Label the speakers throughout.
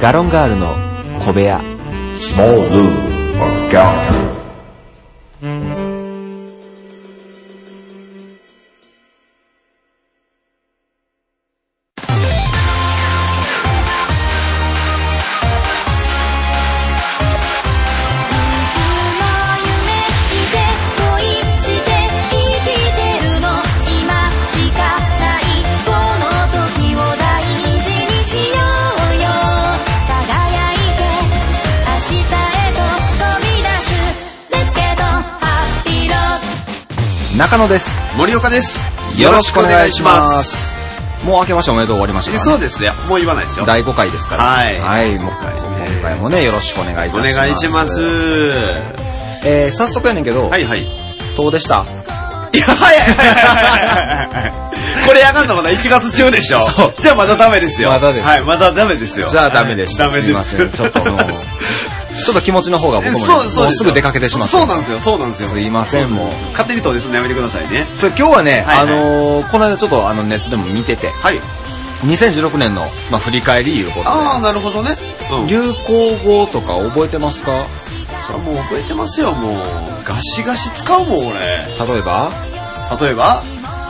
Speaker 1: ガロンガールの小部屋
Speaker 2: Small Lou or Gallagher.
Speaker 3: いつも夢見て恋して生きてるの今しかないこの時を大事にしようよ輝いて明日へと飛び出すレッケとハッピーロック
Speaker 4: 中野です。
Speaker 5: 森岡です。
Speaker 4: よ
Speaker 5: よ
Speaker 4: ろ
Speaker 5: ろ
Speaker 4: し
Speaker 5: し
Speaker 4: くお
Speaker 5: くお
Speaker 4: 願
Speaker 5: 願
Speaker 4: い
Speaker 5: い
Speaker 4: し
Speaker 5: し
Speaker 4: ま
Speaker 5: ますす。
Speaker 4: もう明けましておめでとう終わりましたか
Speaker 5: え
Speaker 4: らね、
Speaker 5: そうですね。もう言わないですよ。
Speaker 4: 第5回ですから。
Speaker 5: はい
Speaker 4: はい、もう
Speaker 5: はい
Speaker 4: 今回もね、よろしくお願いいたし
Speaker 5: お
Speaker 4: ます。
Speaker 5: 願いします。。
Speaker 4: えー、早速やねんけど、
Speaker 5: はいはい。い
Speaker 4: どうでした
Speaker 5: や、早いこれやかんのまだ1月中でしょ
Speaker 4: そう
Speaker 5: じゃあまだダメですよ。
Speaker 4: まだです
Speaker 5: はい、まだダメですよ。
Speaker 4: じゃあダメでした。
Speaker 5: はいダメです。
Speaker 4: すいません。ちょっと もう、ちょっと気持ちの方が
Speaker 5: え
Speaker 4: 僕もね、
Speaker 5: そう、そう
Speaker 4: もう
Speaker 5: です
Speaker 4: す
Speaker 5: よ
Speaker 4: ぐ出かけてしまった。
Speaker 5: そうなんですよ、そうなんです
Speaker 4: す
Speaker 5: よ。
Speaker 4: いません、もう。
Speaker 5: 勝手に投でするのやめてくださいね。
Speaker 4: それ今日はね、
Speaker 5: はいはい
Speaker 4: あのーこの間ちょっとあのネットでも見てて、
Speaker 5: はい。
Speaker 4: 2016年の、まあ、振り返りいうことで、
Speaker 5: ああ、なるほどね。うん。
Speaker 4: 流行語とか覚えてますか
Speaker 5: それはもう覚えてますよ、もう。ガシガシ使うもん、俺。
Speaker 4: 例えば
Speaker 5: 例えば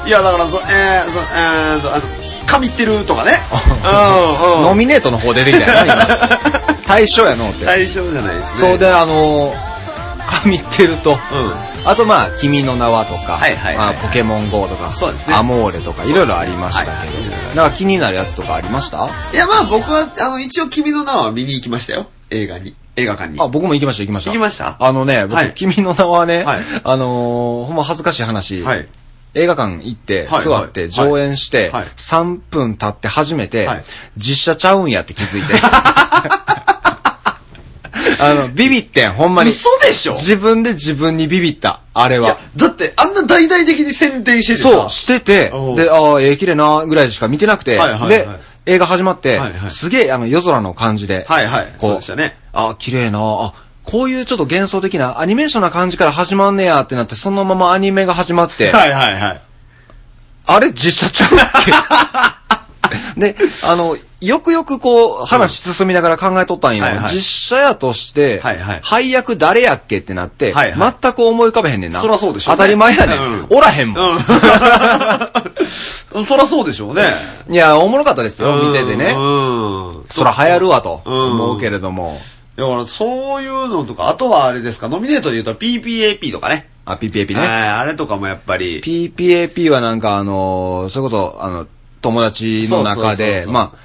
Speaker 5: いや、だから、そ、えー、そ、えーと、あの、神ってる とかね。うん、うん。
Speaker 4: ノミネートの方出てきたよ な、今。対象やのって。
Speaker 5: 対象じゃないですね。
Speaker 4: そうで、あのー、神ってると、
Speaker 5: うん。
Speaker 4: あとまあ、君の名はとか、
Speaker 5: はいはい
Speaker 4: ま
Speaker 5: は
Speaker 4: あ
Speaker 5: い
Speaker 4: ポケモン GO とか、
Speaker 5: そうですね
Speaker 4: アモーレとか、いろいろありましたけ
Speaker 5: はい
Speaker 4: ど、なんか気になるやつとかありましたあ、
Speaker 5: いや、まあ僕は、あの、一応君の名は見に行きましたよ。映画に。映画館に。行
Speaker 4: 僕も行きました、行きました。
Speaker 5: きました
Speaker 4: あのね、僕、
Speaker 5: はい
Speaker 4: 君の名はね、
Speaker 5: はい
Speaker 4: あのーほんま恥ずかしい話、
Speaker 5: はい。
Speaker 4: 映画館行って、
Speaker 5: はい
Speaker 4: 座って、
Speaker 5: はい
Speaker 4: 上演して、
Speaker 5: はい
Speaker 4: 3分経って初めて、
Speaker 5: はい
Speaker 4: 実写ちゃうんやって気づいて。 あの、ビビってん、ほんまに。
Speaker 5: 嘘でしょい
Speaker 4: 自分で自分にビビった、あれ
Speaker 5: や
Speaker 4: は。、
Speaker 5: だって、あんな大々的に宣伝しててさ
Speaker 4: そう、してて
Speaker 5: お、う
Speaker 4: で、ああ、ええ、綺麗な、ぐらいしか見てなくて、
Speaker 5: はいはいはい
Speaker 4: で、映画始まって、
Speaker 5: はいはい
Speaker 4: すげえ、あの、夜空の感じで、
Speaker 5: はいはい。そうでしたね。
Speaker 4: あ、綺麗な。あ、こういうちょっと幻想的なアニメーションな感じから始まんねやってなって、そのままアニメが始まって、
Speaker 5: はいはいはい。
Speaker 4: あれ実写ちゃうっけ で、あの、よくよくこう、話進みながら考えとったんよ。
Speaker 5: はいはい
Speaker 4: 実写やとして、
Speaker 5: はいはい
Speaker 4: 配役誰やっけってなって、
Speaker 5: はいはい
Speaker 4: 全く思い浮かべへんねんな。
Speaker 5: そらそうでしょうね
Speaker 4: 当たり前やねん。
Speaker 5: うん
Speaker 4: おらへんもん。
Speaker 5: うん。そらそうでしょうね。
Speaker 4: いや、おもろかったですよ、見ててね
Speaker 5: う。ん。
Speaker 4: そら流行るわと
Speaker 5: うん
Speaker 4: 思うけれども。
Speaker 5: だから、そういうのとか、あとはあれですか、ノミネートで言うと PPAP とかね。
Speaker 4: あ、PPAP
Speaker 5: は
Speaker 4: ね。
Speaker 5: いあれとかもやっぱり。
Speaker 4: PPAP はなんかあのー、それこそ、あの、友達の中
Speaker 5: そうそうそう
Speaker 4: で、
Speaker 5: そう
Speaker 4: まあ、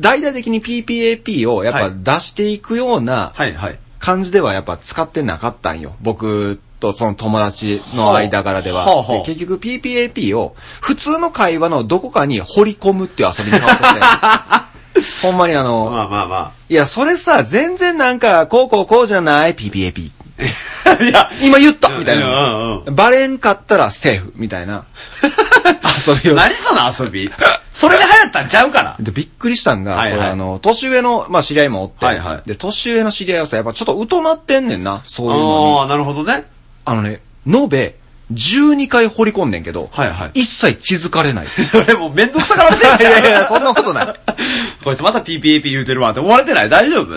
Speaker 4: 大々的に PPAP をやっ
Speaker 5: は
Speaker 4: ぱ
Speaker 5: い
Speaker 4: 出していくような
Speaker 5: はいはい。
Speaker 4: 感じではやっぱ使ってなかったんよ。僕とその友達の間柄では。
Speaker 5: ほうほうほう
Speaker 4: で結局 PPAP を普通の会話のどこかに掘り込むっていう遊びに変わって て。ほんまにあの、
Speaker 5: まあまあま
Speaker 4: いや、それさ、全然なんか、こうこうこうじゃない ?PPAP。
Speaker 5: あ。 いや、
Speaker 4: 今言ったみたい
Speaker 5: うん
Speaker 4: な
Speaker 5: うん。
Speaker 4: バレんかったらセーフみたい な遊びをし
Speaker 5: 何その遊びそれで流行ったんちゃうから。
Speaker 4: で、びっくりしたんが、
Speaker 5: はいはい
Speaker 4: これあの、年上の、まあ、知り合いもおって、
Speaker 5: はいはい
Speaker 4: で、年上の知り合いはさ、やっぱちょっと疎なってんねんな、そういうのに。
Speaker 5: ああ、なるほどね。
Speaker 4: あのね、延べ、12回掘り込んでんけど、
Speaker 5: はいはい
Speaker 4: 一切気づかれ ない。い
Speaker 5: それもうめんどくさからしてんじゃん。
Speaker 4: やいや、そんなことない。
Speaker 5: こいつまた PPAP 言うてるわって思われてない大丈夫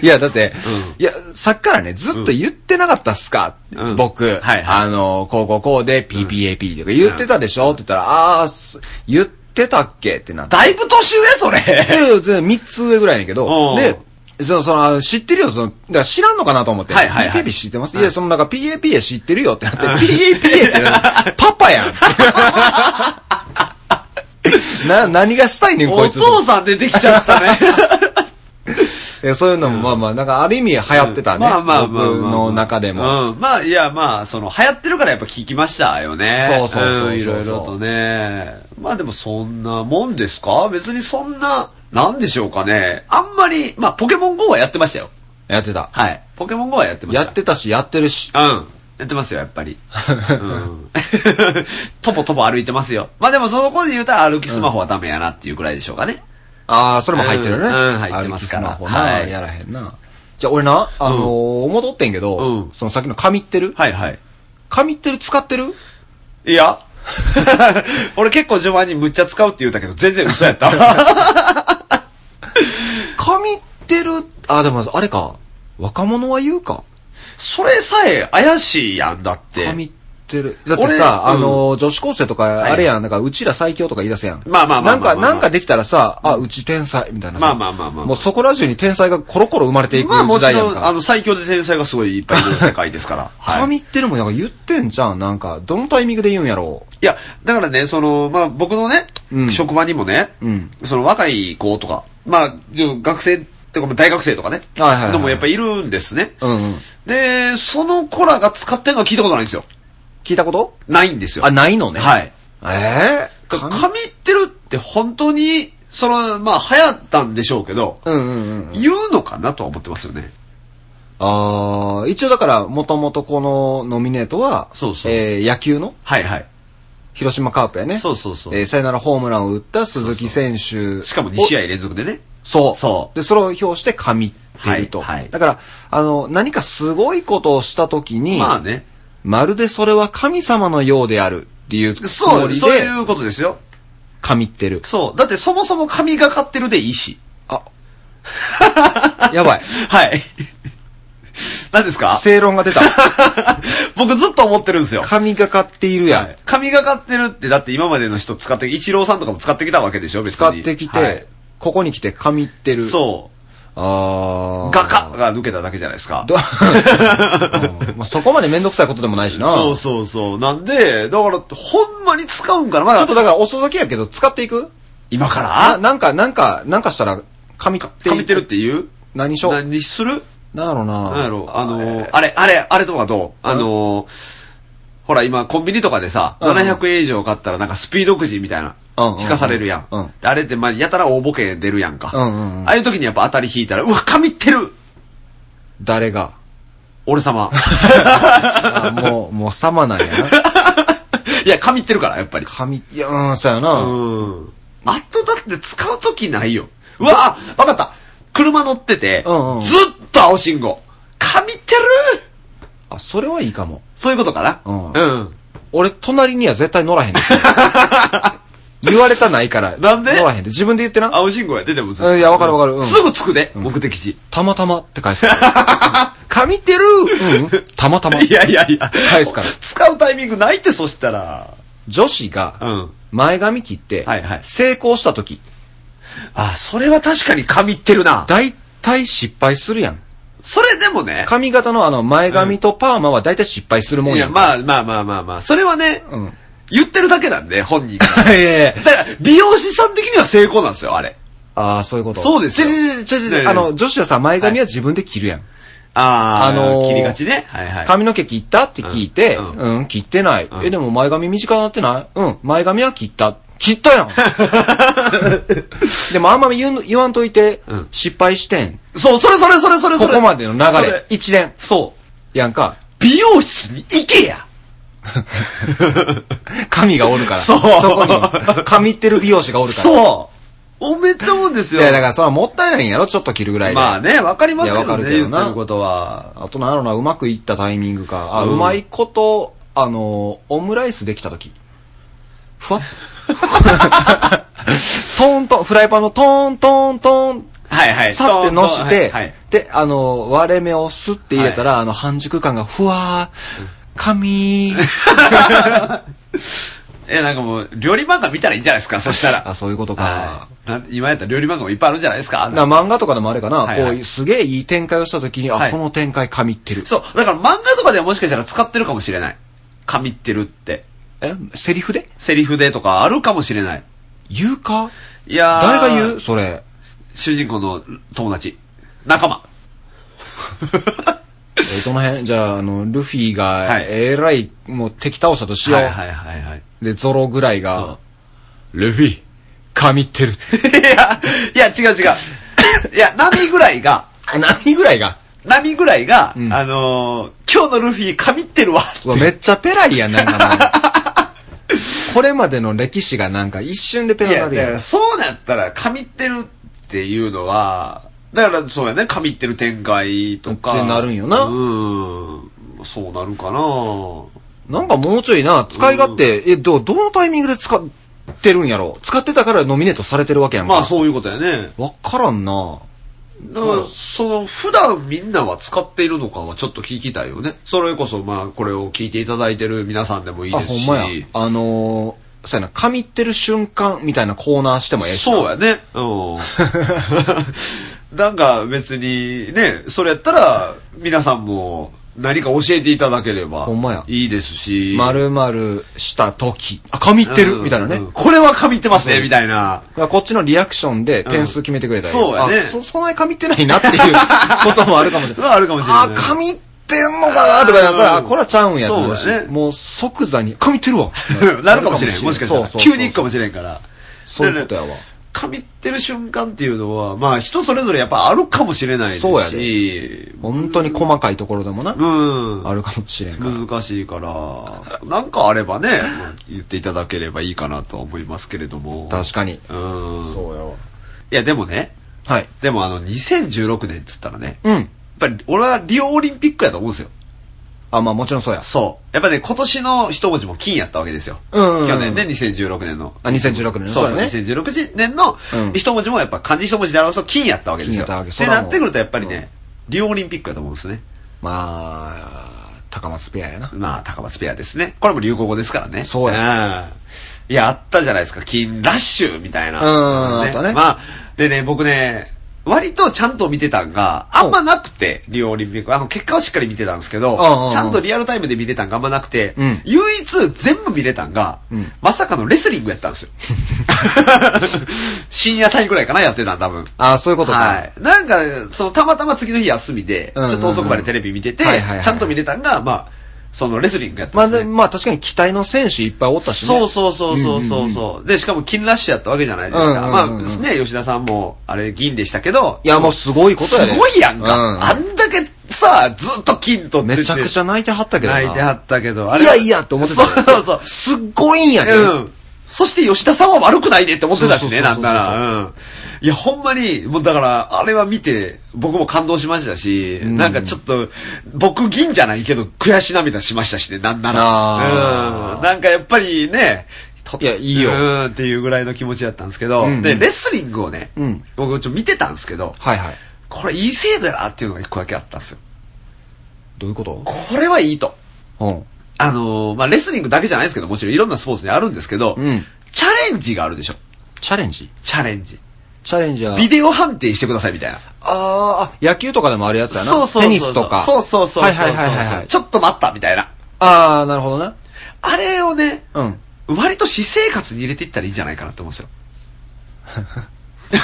Speaker 4: いや、だって、いや、さっきからね、ずっと言ってなかったっすか、
Speaker 5: うん
Speaker 4: 僕、
Speaker 5: はいはい
Speaker 4: あの、こうこうこうで PPAP とか言ってたでしょ、って言ったら、あーす、言ってたっけってなって。
Speaker 5: だいぶ年上それ。
Speaker 4: で、全然3つ上ぐらいやねんけ
Speaker 5: う
Speaker 4: ど、
Speaker 5: ん
Speaker 4: で、その、その、あの知ってるよ、その、だから知らんのかなと思って。
Speaker 5: はいはいはい
Speaker 4: PAP 知ってます、い、や、その、なんか PAP 知ってるよってなって、PAPA ってなってパパやん な、何がしたいねん、 こ
Speaker 5: お
Speaker 4: いつ。
Speaker 5: 父さん出てきち ゃったね。
Speaker 4: えそういうのも、まあまあ、なんか、ある意味流行ってたね。
Speaker 5: まあまあまあまあまあ
Speaker 4: 僕の中でも。
Speaker 5: うん。まあいやまあ、その流行ってるからやっぱ聞きましたよね。
Speaker 4: そうそうそうそうん
Speaker 5: いろいろとね。まあでもそんなもんですか別にそんな、なんでしょうかね。あんまり、まあポケモン GO はやってましたよ。
Speaker 4: やってた。
Speaker 5: はい。ポケモン GO はやってまし
Speaker 4: や
Speaker 5: た。
Speaker 4: ってたし、やってるし。
Speaker 5: うん。やってますよ、やっぱり。うん。 とぼとぼ歩いてますよ。まあでもそこで言うたら歩きスマホはダメやなっていうくらいでしょうかね。
Speaker 4: ああ、それも入ってるね。
Speaker 5: うんうん入ってますから
Speaker 4: 歩きスマホな、
Speaker 5: はい
Speaker 4: やらへんな。じゃあ、俺な、あのー戻ってんけど、
Speaker 5: うん
Speaker 4: そのさっきの紙ってる、
Speaker 5: はいはい。
Speaker 4: 紙ってる使ってる
Speaker 5: い や俺結 構序盤にむっちゃ使うって言うたけど、全然嘘やった。
Speaker 4: 紙っってる、あ、でもあれか、若者は言うか。
Speaker 5: それさえ怪しいやんだって。
Speaker 4: 神ってる。だってさ、
Speaker 5: 俺
Speaker 4: あ
Speaker 5: うん
Speaker 4: の、女子高生とか、
Speaker 5: い
Speaker 4: あれやん、なんか、うちら最強とか言い出すやん。
Speaker 5: まあまあまあ
Speaker 4: なん
Speaker 5: まあまあ
Speaker 4: か、なんかできたらさ、あ、うち天才、みたいなさ。
Speaker 5: まあまあまあまあ
Speaker 4: もうそこら中に天才がコロコロ生まれていく
Speaker 5: まあも
Speaker 4: 時
Speaker 5: ち
Speaker 4: 代や
Speaker 5: ろ
Speaker 4: ん
Speaker 5: ん、あ
Speaker 4: か。
Speaker 5: の、最強で天才がすごいいっぱいいる世界ですから。 はい。
Speaker 4: 神ってるもん、なんか言ってんじゃん。なんか、どのタイミングで言うんやろう。
Speaker 5: いや、だからね、その、まあ、僕のね、
Speaker 4: うん
Speaker 5: 職場にもね、
Speaker 4: うん
Speaker 5: その若い子とか、まあ、でも学生とか、まあ大学生とかね、
Speaker 4: はいはいはい
Speaker 5: のもやっぱいるんですね。
Speaker 4: うんうん。
Speaker 5: で、その子らが使ってるのは聞いたことないんですよ。
Speaker 4: 聞いたこと
Speaker 5: ないんですよ。
Speaker 4: あ、ないのね。
Speaker 5: はい。
Speaker 4: ええ
Speaker 5: だから神ってるって本当に、その、まあ、流行ったんでしょうけど、
Speaker 4: うんうんうん。
Speaker 5: 言うのかなとは思ってますよね。
Speaker 4: ああ、一応だから、もともとこのノミネートは、
Speaker 5: そうそう
Speaker 4: えー野球の
Speaker 5: はいはい。
Speaker 4: 広島カープやね。
Speaker 5: そうそうそう
Speaker 4: えー、サヨナラホームランを打った鈴木選手。
Speaker 5: しかも2試
Speaker 4: 合。
Speaker 5: 合連続でね。
Speaker 4: そう。
Speaker 5: そう
Speaker 4: で、それを表して神っていうと。
Speaker 5: はいはい
Speaker 4: だから、あの、何かすごいことをしたときに、
Speaker 5: まあね。
Speaker 4: まるでそれは神様のようであるっていうつも
Speaker 5: そう、
Speaker 4: りで、
Speaker 5: そういうことですよ。
Speaker 4: 神ってる。
Speaker 5: そう。だってそもそも神がかってるでいいし。
Speaker 4: あ、や ばい。
Speaker 5: はい。何ですか
Speaker 4: 正論が出た。
Speaker 5: 僕ずっと思ってるんですよ。
Speaker 4: 神がかっているやん。
Speaker 5: 神がかってるって、だって今までの人使って、一郎さんとかも使ってきたわけでしょ、別に。
Speaker 4: 使ってきて、
Speaker 5: はい
Speaker 4: ここに来て神ってる。う。
Speaker 5: そ
Speaker 4: あ
Speaker 5: う。
Speaker 4: ー
Speaker 5: ガカが抜けただけじゃないですか。
Speaker 4: ど うんまあ、そこまでめんどくさいことでもないしな。
Speaker 5: そうそうそう。なんで、だから、ほんまに使うんかなまだ、
Speaker 4: ちょっとだから遅咲きやけど、使っていく
Speaker 5: 今か
Speaker 4: あ、
Speaker 5: ら
Speaker 4: なんか、なんか、なんかしたら、神って。
Speaker 5: 神ってるっ。て言う
Speaker 4: 何しょ
Speaker 5: 何する
Speaker 4: なんやろな。
Speaker 5: なんやろあの
Speaker 4: え
Speaker 5: ー、あれ、あれ、あれとかどうあのー、ほら今コンビニとかでさ、
Speaker 4: うん
Speaker 5: 700円以上買ったらなんかスピードくじみたいな
Speaker 4: うんうんう、ん
Speaker 5: 引かされるやん
Speaker 4: うん。
Speaker 5: であれってまあやたら大ボケ出るやんか。
Speaker 4: うんうんうん
Speaker 5: ああいう時にやっぱ当たり引いたら、うわ、神ってる
Speaker 4: 誰が。
Speaker 5: 俺様。
Speaker 4: あもう、もう様なんやな。
Speaker 5: いや、神ってるから、やっぱり。
Speaker 4: 神、いや、うん、そうやな。
Speaker 5: うん。あとだって使う時ないよ。うわ、あわかった。車乗ってて、ず
Speaker 4: うんうん
Speaker 5: っと青信号。神ってる
Speaker 4: あ、それはいいかも。
Speaker 5: そういうことかな
Speaker 4: うん
Speaker 5: うん。
Speaker 4: 俺、隣には絶対乗らへん ですよ言われたないから。
Speaker 5: なんで
Speaker 4: 乗らへんで。自分で言ってな。
Speaker 5: 青信号やで、でもずっ
Speaker 4: う
Speaker 5: と
Speaker 4: んいやわかるわかるうん
Speaker 5: すぐ着くで、目的地。
Speaker 4: たまたまって 返すから。神ってるうんうん、たまたま。
Speaker 5: いやいやいや。
Speaker 4: 返すから
Speaker 5: 使うタイミングないって、そしたら。
Speaker 4: 女子が、
Speaker 5: うん。
Speaker 4: 前髪切って
Speaker 5: はいはい、
Speaker 4: 成功した時、
Speaker 5: あ、それは確かに神ってるな。
Speaker 4: 大体失敗するやん。
Speaker 5: それでもね。
Speaker 4: 髪型のあの、前髪とパーマは大体失敗するもん
Speaker 5: い
Speaker 4: や
Speaker 5: や、
Speaker 4: んか。
Speaker 5: まあまあまあまあまあ。それはね、
Speaker 4: うん
Speaker 5: 言ってるだけなんで、本人が。
Speaker 4: いやいやいや
Speaker 5: だから、美容師さん的には成功なんですよ、あれ。
Speaker 4: ああ、そういうこと。
Speaker 5: そうですよ
Speaker 4: 違う違う違う違う
Speaker 5: ねえねえ
Speaker 4: あの、女子はさ、前髪は自分で切るやん。
Speaker 5: あ
Speaker 4: あのー
Speaker 5: 切りがちね。はいはい。
Speaker 4: 髪の毛切ったって聞いて、
Speaker 5: うん
Speaker 4: うん、切ってない、
Speaker 5: ん
Speaker 4: え、でも前髪短くなってないうん、前髪は切った。切った やんでもあんま言う言わんといて、
Speaker 5: うん
Speaker 4: 失敗してん。
Speaker 5: そう、それそれそれそれそ
Speaker 4: こ
Speaker 5: れ。
Speaker 4: こまでの流
Speaker 5: そ
Speaker 4: れ
Speaker 5: れ。
Speaker 4: 一連。
Speaker 5: そう。
Speaker 4: やん か。
Speaker 5: 美容室に行けや
Speaker 4: 神がおるから。
Speaker 5: そう
Speaker 4: こに。神ってる美容師がおるから。
Speaker 5: そうおめっちゃ思うんです
Speaker 4: い
Speaker 5: よ。
Speaker 4: や、だからそれはもったいないんやろ、ちょっと切るぐらいで。
Speaker 5: まあね、わかります
Speaker 4: い
Speaker 5: け
Speaker 4: や
Speaker 5: ど
Speaker 4: わか
Speaker 5: ね、
Speaker 4: るけど
Speaker 5: 言
Speaker 4: な
Speaker 5: ってることは。
Speaker 4: あとなんやろな、うまくいったタイミングか。あ、
Speaker 5: う
Speaker 4: うんまいこと、あの、オムライスできたとき。ふわっ。 トントン、フライパンのトントントン、
Speaker 5: はいはい。
Speaker 4: さってのし
Speaker 5: そうはいはい
Speaker 4: て、で、あの、割れ目をスッて入れたら、あの、半熟感がふわー、 紙ー。
Speaker 5: え、なんかもう、料理漫画見たらいいんじゃないですか、そしたら。
Speaker 4: あ、そういうこと
Speaker 5: は
Speaker 4: か。
Speaker 5: いな今やったら料理漫画もいっぱいあるんじゃないですか。
Speaker 4: な漫画とかでもあれかな、
Speaker 5: はいはい
Speaker 4: こういうすげえいい展開をしたときに、あ、
Speaker 5: はい
Speaker 4: この展開神ってる。
Speaker 5: そう、だから漫画とかではもしかしたら使ってるかもしれない。神ってるって。
Speaker 4: え、セリフで
Speaker 5: セリフでとかあるかもしれない。
Speaker 4: 言うか
Speaker 5: いやー
Speaker 4: 誰が言うそれ。
Speaker 5: 主人公の友達。仲間。
Speaker 4: えーどの辺じゃあ、あの、ルフィ
Speaker 5: は
Speaker 4: が、
Speaker 5: い
Speaker 4: えらい、もう敵倒したとしよう。
Speaker 5: いはいはい。
Speaker 4: で、ゾロぐらい
Speaker 5: そ
Speaker 4: が、ルフィ、神って る。
Speaker 5: う。 いや、いや、違う違う。いや、ナミぐらいが、
Speaker 4: 何ぐらいが
Speaker 5: ナミぐらいが、
Speaker 4: ん
Speaker 5: あのー今日のルフィ神ってるわ
Speaker 4: うわめっちゃペライやん、なんかな。 これまでの歴史がなんか一瞬でペラ
Speaker 5: い
Speaker 4: にな
Speaker 5: や、
Speaker 4: る
Speaker 5: だ
Speaker 4: や
Speaker 5: か
Speaker 4: ん
Speaker 5: ら。そうなったら、神ってるっていうのは、だからそうやね、神ってる展開とか。
Speaker 4: ってなるんよな
Speaker 5: うん。そうなるかな
Speaker 4: なんかもうちょいな、使い勝手、え、どう、どのタイミングで使ってるんやろ使ってたからノミネートされてるわけやんか。
Speaker 5: まあそういうことやね。
Speaker 4: わからんな
Speaker 5: だから、その、普段みんなは使っているのかはちょっと聞きたいよね。それこそ、まあ、これを聞いていただいてる皆さんでもいい
Speaker 4: あ、
Speaker 5: です
Speaker 4: ほん
Speaker 5: し。
Speaker 4: まや。あのー、そうやな、神ってる瞬間みたいなコーナーしてもええしな。
Speaker 5: そうやね。うん。 なんか別にね、それやったら皆さんも何か教えていただければ
Speaker 4: ほんまや
Speaker 5: いいですし。
Speaker 4: 丸々した時、あ、神ってる
Speaker 5: うん
Speaker 4: みたいなね。
Speaker 5: う
Speaker 4: だ
Speaker 5: んこれは神ってますね、みたいな。
Speaker 4: からこっちのリアクションで点数決めてくれたり、
Speaker 5: うんそうやね
Speaker 4: あそ、そんなに神ってないなっていうこともあるかもしれない。
Speaker 5: はあるかもしれない
Speaker 4: あ、神ってんのかなとかやったら、
Speaker 5: うん
Speaker 4: あ、これはちゃうんやってなるし
Speaker 5: そうやね
Speaker 4: もう即座に、神ってるわ
Speaker 5: なるかもしれん。もしかした
Speaker 4: そう
Speaker 5: ら。
Speaker 4: そうそう
Speaker 5: 急に行くかもしれんから。
Speaker 4: そういうことやわ
Speaker 5: だから。神ってる瞬間っていうのは、まあ人それぞれやっぱあるかもしれないです
Speaker 4: そうや
Speaker 5: し。
Speaker 4: 本当に細かいところでもな、
Speaker 5: うん。
Speaker 4: あるかもしれんから。
Speaker 5: 難しいから、なんかあればね、まあ言っていただければいいかなとは思いますけれども。
Speaker 4: 確かに。
Speaker 5: うん。
Speaker 4: そうやわ。
Speaker 5: いや、でもね、
Speaker 4: はい。
Speaker 5: でもあの、2016年っつったらね、
Speaker 4: う
Speaker 5: やっ
Speaker 4: ん。
Speaker 5: ぱり俺はリオオリンピックやと思うんですよ。
Speaker 4: あ、まあもちろんそうや。
Speaker 5: そう。やっぱね、今年の一文字も金やったわけですよ。
Speaker 4: うんうんうん
Speaker 5: 去年ね、2016年の。
Speaker 4: あ、2016年の
Speaker 5: そう
Speaker 4: や
Speaker 5: そう、ね、2016年の
Speaker 4: うん
Speaker 5: 一文字もやっぱ漢字一文字で表すと金やったわけですよ。
Speaker 4: 金やったわけ
Speaker 5: って
Speaker 4: そらもう
Speaker 5: なってくるとやっぱりね、リオオリンピックやと思うんですね。
Speaker 4: まあ、高松ペアやな。
Speaker 5: まあ、高松ペアですね。これも流行語ですからね。
Speaker 4: そう
Speaker 5: や。いや、あったじゃないですか。金ラッシュみたい
Speaker 4: う
Speaker 5: な。
Speaker 4: んあったね
Speaker 5: まあ、でね、僕ね、割とちゃんと見てたんが、あんまなくて、リオオリンピック。あの、結果はしっかり見てたんですけど
Speaker 4: うんうんうん、
Speaker 5: ちゃんとリアルタイムで見てたんがあんまなくて
Speaker 4: うん、
Speaker 5: 唯一全部見れたんが、まさかのレスリングやった んですよ。深夜帯ぐらいかな、やってたん多分。
Speaker 4: あそういうことか。
Speaker 5: はい。なんか、その、たまたま次の日休みで、ち
Speaker 4: うんうんう
Speaker 5: ょ
Speaker 4: ん
Speaker 5: っと遅くまでテレビ見てて、
Speaker 4: はいはいはい
Speaker 5: ちゃんと見れたんが、まあ、そのレスリングやった
Speaker 4: まあ
Speaker 5: んです
Speaker 4: で、
Speaker 5: ね。
Speaker 4: まあ確かに期待の選手いっぱいおったしね。
Speaker 5: そうそうそうそうそうそう、で、しかも金ラッシュやったわけじゃないですか。
Speaker 4: うんうんうんうん
Speaker 5: まあ、ね、吉田さんも、あれ、銀でしたけど。
Speaker 4: いやもうすごいことや
Speaker 5: ね。
Speaker 4: です
Speaker 5: ごいやんか、
Speaker 4: うん
Speaker 5: あんだけさ、ずっと金取ってて。
Speaker 4: めちゃくち
Speaker 5: ゃ
Speaker 4: ゃ泣いてはったけどな。
Speaker 5: 泣いてはったけど。あ
Speaker 4: い
Speaker 5: れ
Speaker 4: やいやと思ってたよ。
Speaker 5: そうそうそう。
Speaker 4: すっごいんやけど。
Speaker 5: うん。そして吉田さんは悪くないねって思ってたしね、
Speaker 4: そう
Speaker 5: な
Speaker 4: そう
Speaker 5: ん
Speaker 4: そうそう
Speaker 5: なら。うん。いや、ほんまに、もうだから、あれは見て、僕も感動しましたし、なんかちょっと、僕銀じゃないけど、悔し涙しましたしね、なんな
Speaker 4: あ
Speaker 5: ら。
Speaker 4: ー
Speaker 5: うん。なんかやっぱりね、と
Speaker 4: いやいいよ
Speaker 5: うん、っていうぐらいの気持ちだったんですけど、
Speaker 4: うんうん
Speaker 5: で、レスリングをね、
Speaker 4: うん
Speaker 5: 僕ちょっと見てたんですけど、
Speaker 4: はいはい。
Speaker 5: これいい制度やなっていうのが一個だけあったんですよ。
Speaker 4: どういうこと
Speaker 5: これはいいと。
Speaker 4: うん。
Speaker 5: あのーまあ、レスリングだけじゃないですけど、もちろんいろんなスポーツにあるんですけど、
Speaker 4: うん
Speaker 5: チャレンジがあるでしょ。
Speaker 4: チャレンジ
Speaker 5: チャレンジ。
Speaker 4: チャレンジャー。
Speaker 5: ビデオ判定してくださいみたいな。
Speaker 4: あーあ、野球とかでもあるやつやな。テニスとか。
Speaker 5: そうそうそうそう。
Speaker 4: はいはいはいはいはい。
Speaker 5: ちょっと待ったみたいな。
Speaker 4: ああ、なるほどな。
Speaker 5: あれをね、
Speaker 4: うん。
Speaker 5: 割と私生活に入れていったらいいんじゃないかなと思うんですよ。わ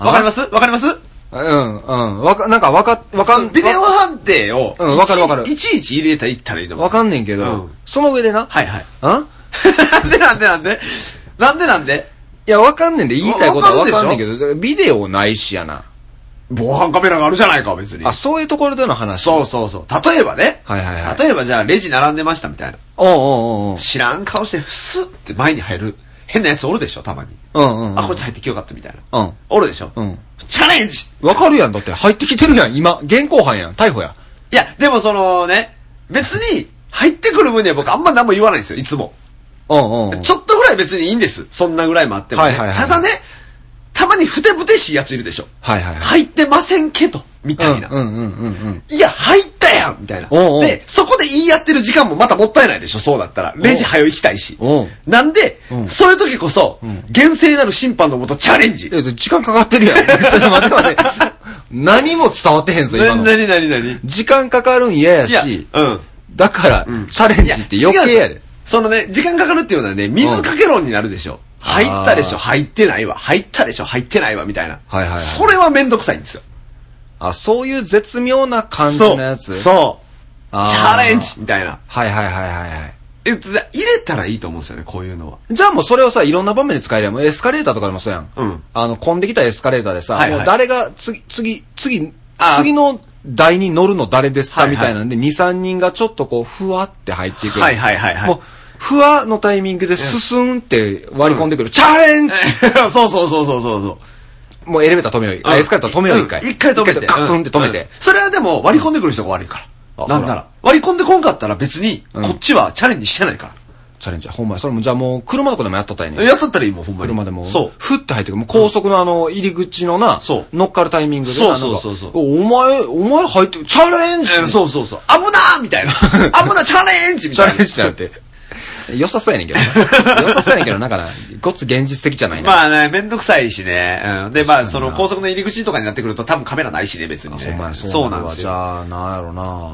Speaker 4: わ
Speaker 5: かりますわかります
Speaker 4: うん、うん。わか、なんかわか、わかん、
Speaker 5: ビデオ判定を、
Speaker 4: うんわかるわかる
Speaker 5: いちいち入れたらいったらいいの
Speaker 4: わかんねんけど、
Speaker 5: うん
Speaker 4: その上でな。
Speaker 5: はいはい。
Speaker 4: あん
Speaker 5: なんでなんでなんでなんでなんで
Speaker 4: いや、わかんねんで、言いたいことは
Speaker 5: わ
Speaker 4: わ
Speaker 5: わか
Speaker 4: かんね
Speaker 5: る
Speaker 4: ん
Speaker 5: で
Speaker 4: け
Speaker 5: しょ
Speaker 4: ど、だからビデオないしやな。
Speaker 5: 防犯カメラがあるじゃないか、別に。
Speaker 4: あ、そういうところでの話。
Speaker 5: そうそうそう。例えばね。
Speaker 4: はいはいはい
Speaker 5: 例えばじゃあ、レジ並んでましたみたいな。
Speaker 4: おう。おうおうおう
Speaker 5: 知らん顔して、スッって前に入る。変なやつおるでしょ、たまに。
Speaker 4: うんうんうん。
Speaker 5: あ、こいつ入ってきてよかったみたいな。
Speaker 4: うん
Speaker 5: おるでしょ
Speaker 4: うん。
Speaker 5: チャレンジ
Speaker 4: わかるやん、だって。入ってきてるやん、今。現行犯やん。逮捕や。
Speaker 5: いや、でもそのね、別に、入ってくる分には僕あんま何も言わないんですよ、いつも。
Speaker 4: うんうんうん。
Speaker 5: ちょっとぐらい別にいいんです。そんなぐらいもあってもね。
Speaker 4: はいはいはい
Speaker 5: ただね、たまにふてぶてしいやついるでしょ。
Speaker 4: はいはいはい。
Speaker 5: 入ってませんけど、みたいな。
Speaker 4: うんうんうんうんうん。
Speaker 5: いや、入ったやんみたいな。
Speaker 4: おうおう
Speaker 5: で、そこで言い合ってる時間もまたもったいないでしょ、そうだったら。レジ早行きたいし
Speaker 4: おう。
Speaker 5: なんで、
Speaker 4: ん
Speaker 5: そういう時こそ、厳正なる審判のもとチャレンジ。
Speaker 4: え、時間かかってるやん。 ちょっと待って待って。何も伝わってへんぞ、今
Speaker 5: な、
Speaker 4: の
Speaker 5: な。になになにい
Speaker 4: 時間かかるん嫌や
Speaker 5: や、
Speaker 4: し。
Speaker 5: うん。
Speaker 4: だから、チャレンジって余計や
Speaker 5: い違う
Speaker 4: で。
Speaker 5: そのね、時間かかるっていうのはね、水かけ論になるでしょ。入ったでしょ、
Speaker 4: あー
Speaker 5: 入ってないわ。入ったでしょ、入ってないわ、みたいな。
Speaker 4: はいはいはい
Speaker 5: それはめんどくさいんですよ。
Speaker 4: あ、そういう絶妙な感じ
Speaker 5: そう。
Speaker 4: のやつ。
Speaker 5: そう。
Speaker 4: あー
Speaker 5: チャレンジみたいな。
Speaker 4: はいはいはいはいはい。
Speaker 5: えっと入れたらいいと思うんですよね、こういう のは。
Speaker 4: じゃあもうそれをさ、いろんな場面で使えるやん。もうエスカレーターとかでもそうやん。
Speaker 5: うん
Speaker 4: あの、混んできたエスカレーターでさ、
Speaker 5: はいはい
Speaker 4: もう誰が次、次、次
Speaker 5: あ、
Speaker 4: 次の台に乗るの誰ですか、
Speaker 5: はいはい
Speaker 4: みたいなんで、2、3人がちょっとこう、ふわって入っていく。
Speaker 5: はいはいはいはい
Speaker 4: もう、ふわのタイミングで進んって割り込んでくる。チャレンジ
Speaker 5: そうそうそうそうそうそう。
Speaker 4: もうエレベーター止めよう。
Speaker 5: う
Speaker 4: あ
Speaker 5: ん
Speaker 4: エスカレーター止めよう、一回。
Speaker 5: うん一回止めて。
Speaker 4: カクンって止め
Speaker 5: うん
Speaker 4: て。
Speaker 5: それはでも、割り込んでくる人が悪いか
Speaker 4: あ
Speaker 5: ら。なん
Speaker 4: ほ
Speaker 5: なら
Speaker 4: ら。
Speaker 5: 割り込んでこんかったら別に、
Speaker 4: う
Speaker 5: こ
Speaker 4: ん
Speaker 5: っちはチャレンジしてないから。
Speaker 4: チャレンジャー。ほんまや。それも、じゃあもう、車とかでもやっとったんやねん。
Speaker 5: やっとったらいいもん、ほんまに。
Speaker 4: 車でも。
Speaker 5: そう。
Speaker 4: ふって入ってくる。もう高速のあの、入り口のな、
Speaker 5: そう
Speaker 4: 乗っかるタイミングでな。
Speaker 5: そうそう
Speaker 4: なんか
Speaker 5: そうそう
Speaker 4: お前、お前入って、チャレンジ
Speaker 5: えーそうそうそう。危なー みたいな。危なチャレンジみ
Speaker 4: チャ
Speaker 5: たいな。
Speaker 4: レンジってなって。良さそうやねん けどな。良さそうやねんけど、なんかな、ごっつ現実的じゃないな。
Speaker 5: まあね、めんどくさいしね。うん。で、まあ、その高速の入り口とかになってくると多分カメラないしね、別に、ね。
Speaker 4: ほんまや、
Speaker 5: そうな
Speaker 4: る
Speaker 5: んで
Speaker 4: わ
Speaker 5: す
Speaker 4: じ
Speaker 5: よ。
Speaker 4: ゃあ、なんやろな。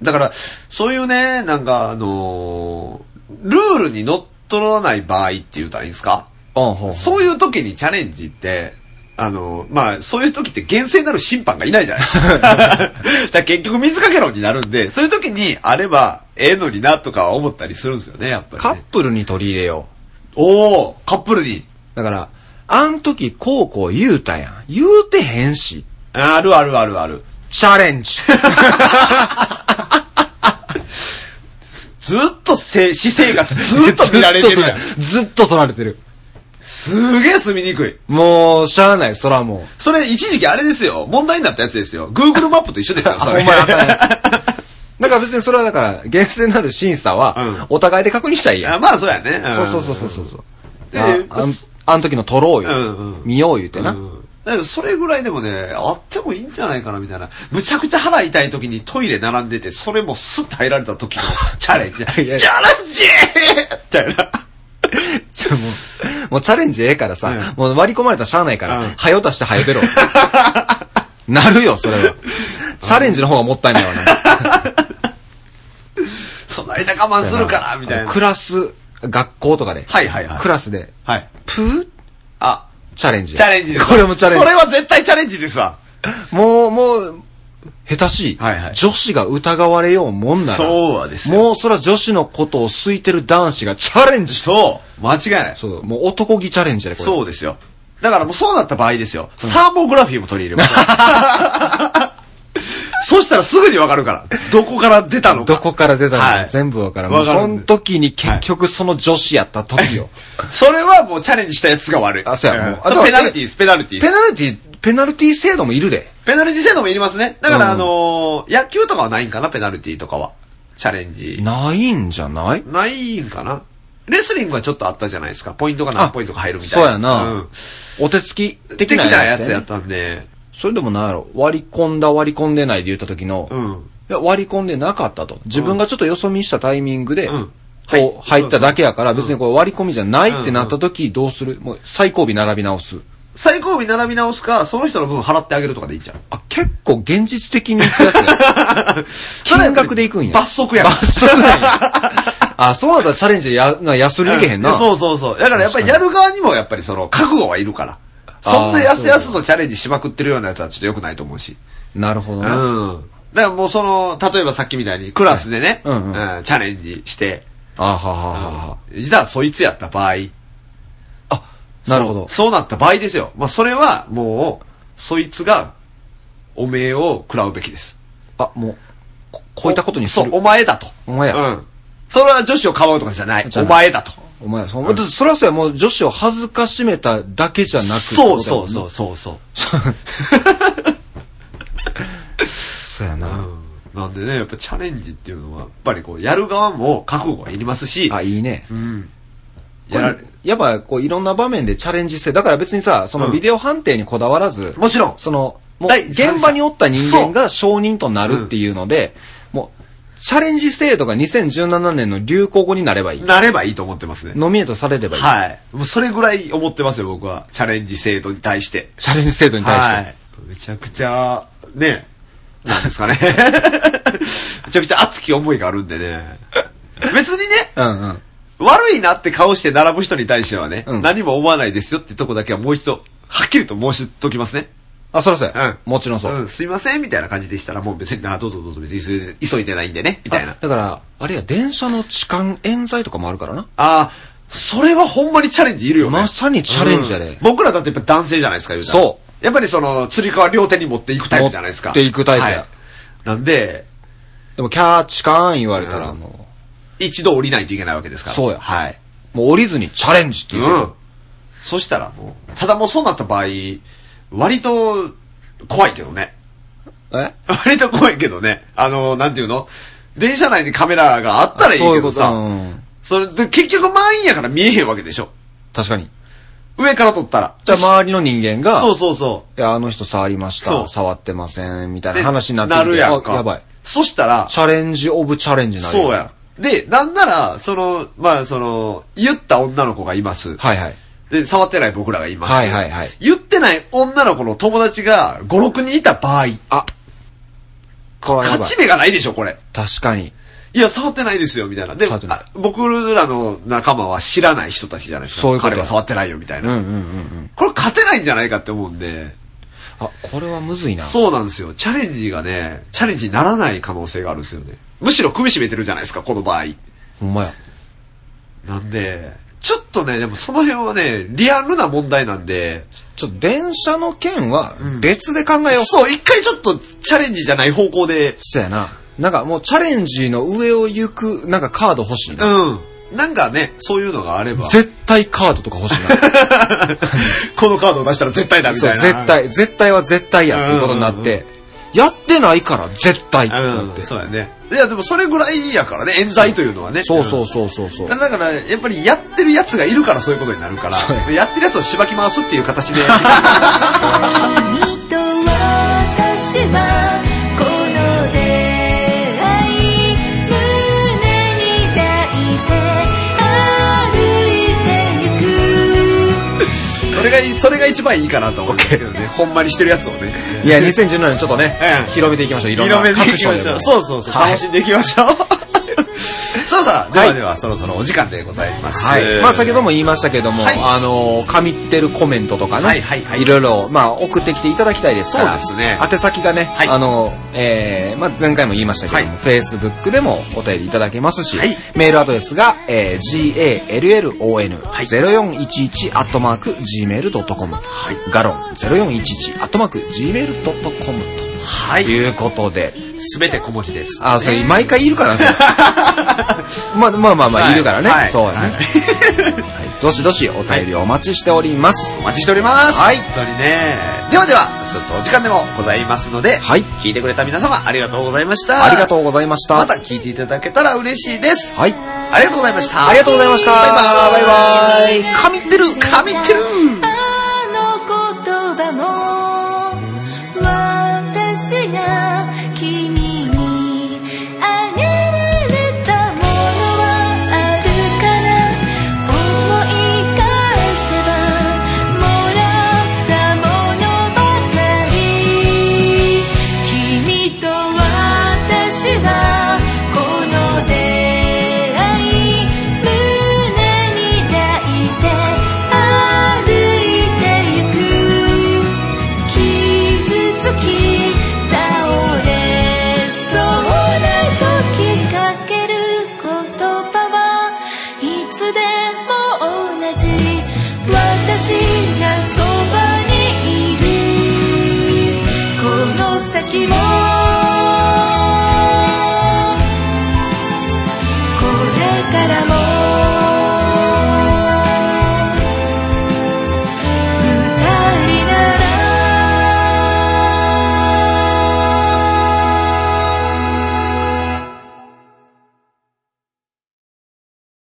Speaker 5: だから、そういうね、なんか、あのールールに乗っ取らない場合って言ったらいいんですか
Speaker 4: うん、ほん。
Speaker 5: そういう時にチャレンジって、あの、まあ、そういう時って厳正なる審判がいないじゃないですか。だから結局水かけ論になるんで、そういう時にあれば、ええのになとか思ったりするんですよね、やっぱり、ね。
Speaker 4: カップルに取り入れよ
Speaker 5: おーカップルに。
Speaker 4: う。だから、あん時、こうこう言うたやん。言うてへんし。
Speaker 5: あるあるあるある。
Speaker 4: チャレン ジ。
Speaker 5: ずっとせ、私生活 ずっと見られてるやん。
Speaker 4: ずっと取られてる。
Speaker 5: すげえ住みにくい。
Speaker 4: もう、しゃあない、そらもう。
Speaker 5: それ一時期あれですよ。問題になったやつですよ。Google マップと一緒ですよ、
Speaker 4: あ
Speaker 5: そ
Speaker 4: ほ
Speaker 5: れ。
Speaker 4: んまやあかんやつだから別にそれはだから、厳正なる審査は、お互いで確認したらいいや
Speaker 5: あまあ、そうやね。
Speaker 4: ん。そうそうそう
Speaker 5: う
Speaker 4: そうそうそう。
Speaker 5: で
Speaker 4: ああんあん時の取ろう
Speaker 5: うん
Speaker 4: よ
Speaker 5: う。ん
Speaker 4: 見よう言うて
Speaker 5: ん。う
Speaker 4: な。
Speaker 5: ん。だからそれぐらいでもね、あってもいいんじゃないかな、みたいな。むちゃくちゃ腹痛い時にトイレ並んでて、それもスッと入られ た時のチャレンジ。チャ
Speaker 4: い
Speaker 5: レ
Speaker 4: や
Speaker 5: ンジみたいな。
Speaker 4: ちょもう、もうチャレンジええから
Speaker 5: う
Speaker 4: さ
Speaker 5: ん、
Speaker 4: もう割り込まれたらしゃあないから
Speaker 5: うん、
Speaker 4: はよ出してはよ出 ろ。なるよ、それは。チャレンジの方がもったいないわな。
Speaker 5: その間我慢するから、みたいな。
Speaker 4: クラス、学校とかで。
Speaker 5: はいはいはい
Speaker 4: クラスで、
Speaker 5: はい。
Speaker 4: プー
Speaker 5: あ、
Speaker 4: チャレンジ。
Speaker 5: チャレンジです。
Speaker 4: これもチャレンジ
Speaker 5: そ。れは絶対チャレンジですわ。
Speaker 4: もう、もう、下手しい,、
Speaker 5: はいはい
Speaker 4: 女子が疑われようもんなら。
Speaker 5: そうはですよ
Speaker 4: もうそら女子のことを好いてる男子がチャレンジ
Speaker 5: そう。間違いない。
Speaker 4: そう、もう男気チャレンジやで、これ。
Speaker 5: そうですよ。だからもうそうなった場合ですよ。サーモグラフィーも取り入れ ます。そしたらすぐにわかるから。どこから出たの
Speaker 4: ど
Speaker 5: か。
Speaker 4: こから出たのか、
Speaker 5: はい
Speaker 4: 全部わからん。も
Speaker 5: わ
Speaker 4: う
Speaker 5: かる
Speaker 4: そ
Speaker 5: んで
Speaker 4: の時に結局その女子やった時よ。
Speaker 5: それはもうチャレンジしたやつが悪 い。
Speaker 4: あそうやもう
Speaker 5: あ
Speaker 4: あ
Speaker 5: と
Speaker 4: と
Speaker 5: ペナルティーです、ペナルティーで
Speaker 4: ペ
Speaker 5: す。
Speaker 4: ナルティ、ペナルティ制度もいるで。
Speaker 5: ペナルティ制度もいりますね。だから
Speaker 4: うん
Speaker 5: あのー野球とかはないんかな、ペナルティーとかは。チャレンジ。
Speaker 4: ないんじゃない
Speaker 5: ないんかな。レスリングはちょっとあったじゃないですか。ポイントが何ポイントか入るみた
Speaker 4: そ
Speaker 5: い
Speaker 4: う
Speaker 5: な。
Speaker 4: やな、
Speaker 5: うん。
Speaker 4: お手つき
Speaker 5: 的
Speaker 4: 的なや
Speaker 5: なや
Speaker 4: つ,、
Speaker 5: つやったんで。
Speaker 4: それでもなんやろ割り込んだ割り込んでないで言った時の、
Speaker 5: うん。
Speaker 4: いや割り込んでなかったと。自分がちょっとよそ見したタイミングで、
Speaker 5: うん
Speaker 4: こう
Speaker 5: はい
Speaker 4: 入っただけやから、別にこれ割り込みじゃないってなった時どうするもう最後尾並び直す。
Speaker 5: 最後尾に並び直すか、その人の分払ってあげるとかでいいじゃん。
Speaker 4: あ、結構現実的に行くや つや金額で行くんや。
Speaker 5: 罰則やん
Speaker 4: 罰則なんや。あ、そうなったらチャレンジでや、な、やすりでけへんな。
Speaker 5: そうそうそう。だからやっぱりやる側にもやっぱりその覚悟はいるから。そんなやすやすのチャレンジしまくってるようなやつはちょっと良くないと思うし。
Speaker 4: なるほど
Speaker 5: うん。だ
Speaker 4: な。
Speaker 5: からもうその、例えばさっきみたいにクラスでね、
Speaker 4: はいうんうん
Speaker 5: うんチャレンジして、
Speaker 4: あははははい
Speaker 5: ざそいつやった場合。
Speaker 4: なるほど。
Speaker 5: そうそうなった場合ですよ。まあそれはもう、そいつが、おめえを食らうべきです。
Speaker 4: あ、もう、こ、こういったことにする。
Speaker 5: そう、お前だと。
Speaker 4: お前や
Speaker 5: うん。それは女子をかばうとかじゃない。
Speaker 4: じゃ
Speaker 5: お
Speaker 4: ない
Speaker 5: 前だと。
Speaker 4: お前、そ,、うだってそれはそうや、もう女子を恥ずかしめただけじゃなく。
Speaker 5: そうそうそううそうそう。
Speaker 4: そうやな。
Speaker 5: なんでね、やっぱチャレンジっていうのは、やっぱりこう、やる側も覚悟がいりますし、
Speaker 4: あ、いいね。
Speaker 5: やられ
Speaker 4: これやっぱこういろんな場面でチャレンジして、だから別にさ、そのビデオ判定にこだわらず、
Speaker 5: もちろん、
Speaker 4: その、もう
Speaker 5: 第三者
Speaker 4: 現場におった人間が証人となるっていうので、もう、チャレンジ制度が2017年の流行語になればいい。
Speaker 5: なればいいと思ってますね。
Speaker 4: ノミネートされればいい。
Speaker 5: はい。もうそれぐらい思ってますよ、僕は。チャレンジ制度に対して。
Speaker 4: チャレンジ制度に対して。
Speaker 5: はい。めちゃくちゃ、ね、なんで すかね。めちゃくちゃ熱き思いがあるんでね。別にね、
Speaker 4: うんうん。
Speaker 5: 悪いなって顔して並ぶ人に対してはね、
Speaker 4: うん
Speaker 5: 何も思わないですよってとこだけはもう一度、はっきりと申しときますね。
Speaker 4: あ、そらそうや。
Speaker 5: うん
Speaker 4: もちろんそう。
Speaker 5: ん、すいません、みたいな感じでしたら、もう別に、あ、どうぞどうぞ、別に急いで急いでないんでね、みたいな
Speaker 4: あ。だから、あれや、電車の痴漢冤罪とかもあるからな。
Speaker 5: ああ、それはほんまにチャレンジいるよね。
Speaker 4: まさにチャレンジやで
Speaker 5: うん僕らだってやっぱ男性じゃないですか、言うたら。
Speaker 4: そう
Speaker 5: やっぱりその、釣り革両手に持っていくタイプじゃないです
Speaker 4: 持
Speaker 5: か。
Speaker 4: っていくタイプや
Speaker 5: はいなんで、
Speaker 4: でも、キャー痴漢言われたらも
Speaker 5: 一度降りないといけないわけですから。
Speaker 4: そうや
Speaker 5: はい。
Speaker 4: う、もう降りずにチャレンジって
Speaker 5: う
Speaker 4: 言うて
Speaker 5: ん。そしたらもう、ただもうそうなった場合、割と、怖いけどね。
Speaker 4: え
Speaker 5: 割と怖いけどね。あの、なんていうの電車内にカメラがあったらいいけ
Speaker 4: あ
Speaker 5: どさ
Speaker 4: そういうことうん、
Speaker 5: それで、結局満員やから見えへんわけでしょ。
Speaker 4: 確かに。
Speaker 5: 上から撮ったら。
Speaker 4: じゃあ周りの人間が、
Speaker 5: そうそうそ
Speaker 4: いや、あの人触りまし
Speaker 5: そう
Speaker 4: た。触ってません、みた
Speaker 5: う。
Speaker 4: い
Speaker 5: で
Speaker 4: な話になってき
Speaker 5: な
Speaker 4: て
Speaker 5: るやんか。
Speaker 4: あやばい。。
Speaker 5: そしたら、
Speaker 4: チャレンジオブチャレンジになる。
Speaker 5: そうや。ん。で、なんなら、その、まあ、その、言った女の子がいます。
Speaker 4: はいはい。
Speaker 5: で、触ってない僕らがいます。
Speaker 4: はいはいはい
Speaker 5: 言ってない女の子の友達が5、6人いた場合、
Speaker 4: あ、これはや
Speaker 5: 勝
Speaker 4: ばい
Speaker 5: ち。目がないでしょ、これ。
Speaker 4: 確かに。
Speaker 5: いや、触ってないですよ、みたいな。で、
Speaker 4: 触ってない
Speaker 5: あ僕らの仲間は知らない人たちじゃないですか。
Speaker 4: そういうことや
Speaker 5: 彼は触ってないよ、みたいな。
Speaker 4: うんうんうんうん。
Speaker 5: これ勝てないんじゃないかって思うんで、
Speaker 4: あ、これはむずいな。
Speaker 5: そうなんですよ。チャレンジがね、チャレンジにならない可能性があるんですよね。むしろ首絞めてるじゃないですか、この場合。
Speaker 4: ほんまや。
Speaker 5: なんで、ちょっとね、でもその辺はね、リアルな問題なんで、
Speaker 4: ちょ、電車の件は別で考えよう。
Speaker 5: そう、一回ちょっとチャレンジじゃない方向で、
Speaker 4: そうやな。なんかもうチャレンジの上を行く、なんかカード欲しいな。
Speaker 5: うん。なんかね、そういうのがあれば、
Speaker 4: 絶対カードとか欲しいな。
Speaker 5: このカードを出したら絶対だ、み
Speaker 4: そう、
Speaker 5: たいな。
Speaker 4: 絶。対、絶対は絶対やっていうことになって、やってないから絶対ってなっ
Speaker 5: う
Speaker 4: て。
Speaker 5: ん、そうやね。いや、でもそれぐらいやからね、冤罪というのはね。
Speaker 4: そうそうそうそうそう。
Speaker 5: だから、やっぱりやってる奴がいるからそういうことになるか
Speaker 4: そう
Speaker 5: ら、やってる奴をしばき回すってい う形
Speaker 3: 「
Speaker 5: で。
Speaker 3: 君と私はこの出会い」「胸に抱いて歩いてゆく」
Speaker 5: それがいい、それが一番いいかなと思うんですけどね。ほんまにしてるやつをね。
Speaker 4: いや、2017年ちょっ とね、
Speaker 5: うん
Speaker 4: 広めていきましょう。いろんな
Speaker 5: 広めていきま
Speaker 4: 各
Speaker 5: し
Speaker 4: 所
Speaker 5: ょ
Speaker 4: で
Speaker 5: う。そうそうそう。
Speaker 4: はい
Speaker 5: 楽しんでいきましょう。 さあさあ、で
Speaker 4: は
Speaker 5: はいでは、そろそろお時間でございます。
Speaker 4: はい。まあ先ほども言いましたけども、
Speaker 5: はい
Speaker 4: あのー、神ってるコメントとかね、
Speaker 5: はいはいはい
Speaker 4: ろいろ、まあ送ってきていただきたいですから、
Speaker 5: そうですね
Speaker 4: 宛先がね、
Speaker 5: はい
Speaker 4: あのー、えー、まあ前回も言いましたけども、
Speaker 5: は
Speaker 4: Facebook でもお便りいただけますし、
Speaker 5: はい
Speaker 4: メールアドレスが、えー、gallon0411-gmail.com、
Speaker 5: はい
Speaker 4: ガロン 0411-gmail.com
Speaker 5: は
Speaker 4: と
Speaker 5: い。
Speaker 4: いうことで、
Speaker 5: すべて小文字です。
Speaker 4: あ、それ、毎回いる からね。まあまあまあま
Speaker 5: は
Speaker 4: あ、
Speaker 5: い
Speaker 4: いるからね。
Speaker 5: はい
Speaker 4: そうだね。はいどしどしお便りお待ちしております。
Speaker 5: お待ちしております。
Speaker 4: はい
Speaker 5: 本当にね。ではでは、そろそろお時間でもございますので、
Speaker 4: はい
Speaker 5: 聞いてくれた皆様ありがとうございました。
Speaker 4: ありがとうございました。
Speaker 5: また聞いていただけたら嬉しいです。
Speaker 4: はい。
Speaker 5: ありがとうございました。
Speaker 4: ありがとうございました。
Speaker 5: バイバイ。
Speaker 4: バイバイ。神ってる
Speaker 5: 神ってる